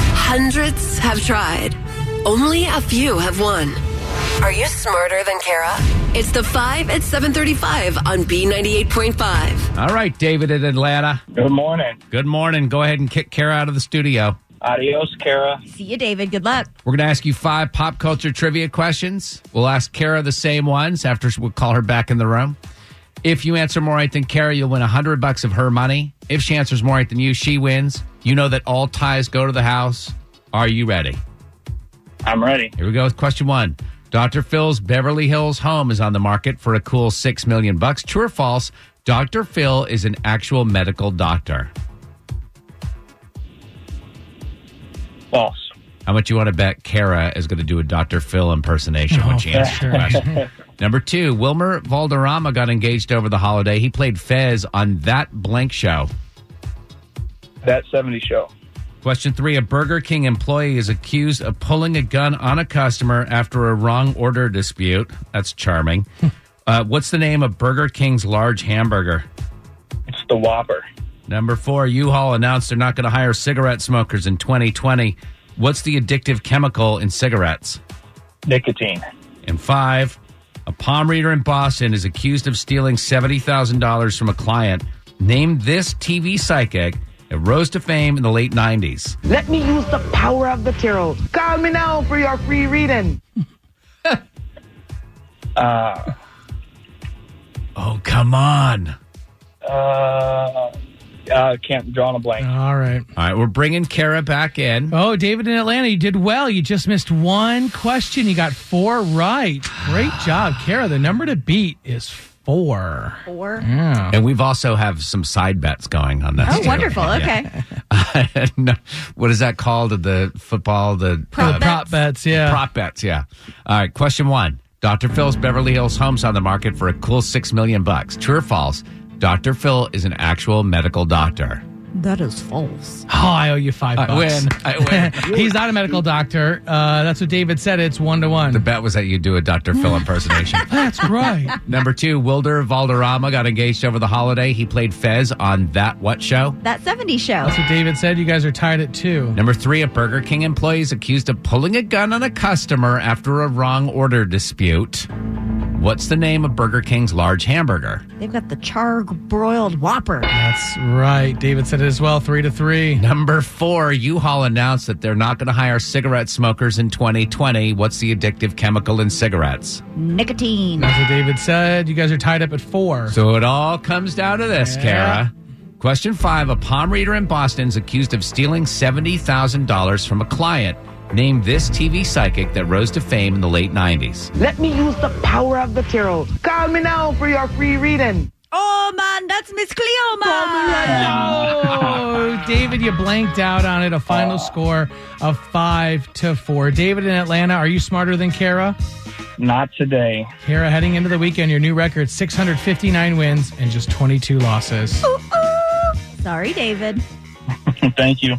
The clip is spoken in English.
Hundreds have tried. Only a few have won. Are you smarter than Kara? It's the 5 at 735 on B98.5. All right, David in Atlanta. Good morning. Good morning. Go ahead and kick Kara out of the studio. Adios, Kara. See you, David. Good luck. We're going to ask you five pop culture trivia questions. We'll ask Kara the same ones after we'll call her back in the room. If you answer more right than Kara, you'll win 100 bucks of her money. If she answers more right than you, she wins. You know that all ties go to the house. Are you ready? I'm ready. Here we go with question one. Dr. Phil's Beverly Hills home is on the market for a cool 6 million bucks. True or false? Dr. Phil is an actual medical doctor. False. How much you want to bet Kara is going to do a Dr. Phil impersonation when she answers the question? Number two, Wilmer Valderrama got engaged over the holiday. He played Fez on That Blank Show. That 70 show. Question three, a Burger King employee is accused of pulling a gun on a customer after a wrong order dispute. That's charming. uh, what's the name of Burger King's large hamburger? It's the Whopper. Number four, U Haul announced they're not going to hire cigarette smokers in 2020. What's the addictive chemical in cigarettes? Nicotine. And five, a palm reader in Boston is accused of stealing $70,000 from a client. Name this TV psychic that rose to fame in the late 90s. Let me use the power of the tarot. Call me now for your free reading. Oh, come on. Uh, uh, can't draw on a blank. All right. All right, we're bringing Kara back in. Oh, David in Atlanta, you did well. You just missed one question. You got four right. Great job, Kara. The number to beat is four. Four. And we've also have some side bets going on this. Oh, too. wonderful. Okay. Yeah. No, what is that called? The football, the Prop uh, bet. Prop bets, yeah. Prop bets, yeah. All right, question one. Dr. Phil's Beverly Hills home's on the market for a cool six million bucks. True or false? Dr. Phil is an actual medical doctor. That is false. Oh, I owe you five I bucks. win. I win. He's not a medical doctor. Uh, that's what David said. It's one to the one. bet was that you do a Dr. Phil impersonation. That's right. Number two, Wilder Valderrama got engaged over the holiday. He played Fez on that what show? That 70 show. That's what David said. You guys are tied at two. Number three, a Burger King employee is accused of pulling a gun on a customer after a wrong order dispute. What's the name of Burger King's large hamburger? They've got the char broiled whopper. That's right. David said it as well. Three to three. Number four, U Haul announced that they're not going to hire cigarette smokers in 2020. What's the addictive chemical in cigarettes? Nicotine. That's what David said. You guys are tied up at four. So it all comes down to this, Yeah. Kara. Question five A palm reader in Boston is accused of stealing $70,000 from a client. Name this TV psychic that rose to fame in the late 90s. Let me use the power of the tarot. Call me now for your free reading. Oh, man, that's Miss Cleo, man. Oh, David, you blanked out on it. A final score of five to four. David in Atlanta, are you smarter than Kara? Not today. Kara, heading into the weekend, your new record 659 wins and just 22 losses. Sorry, David. Thank you.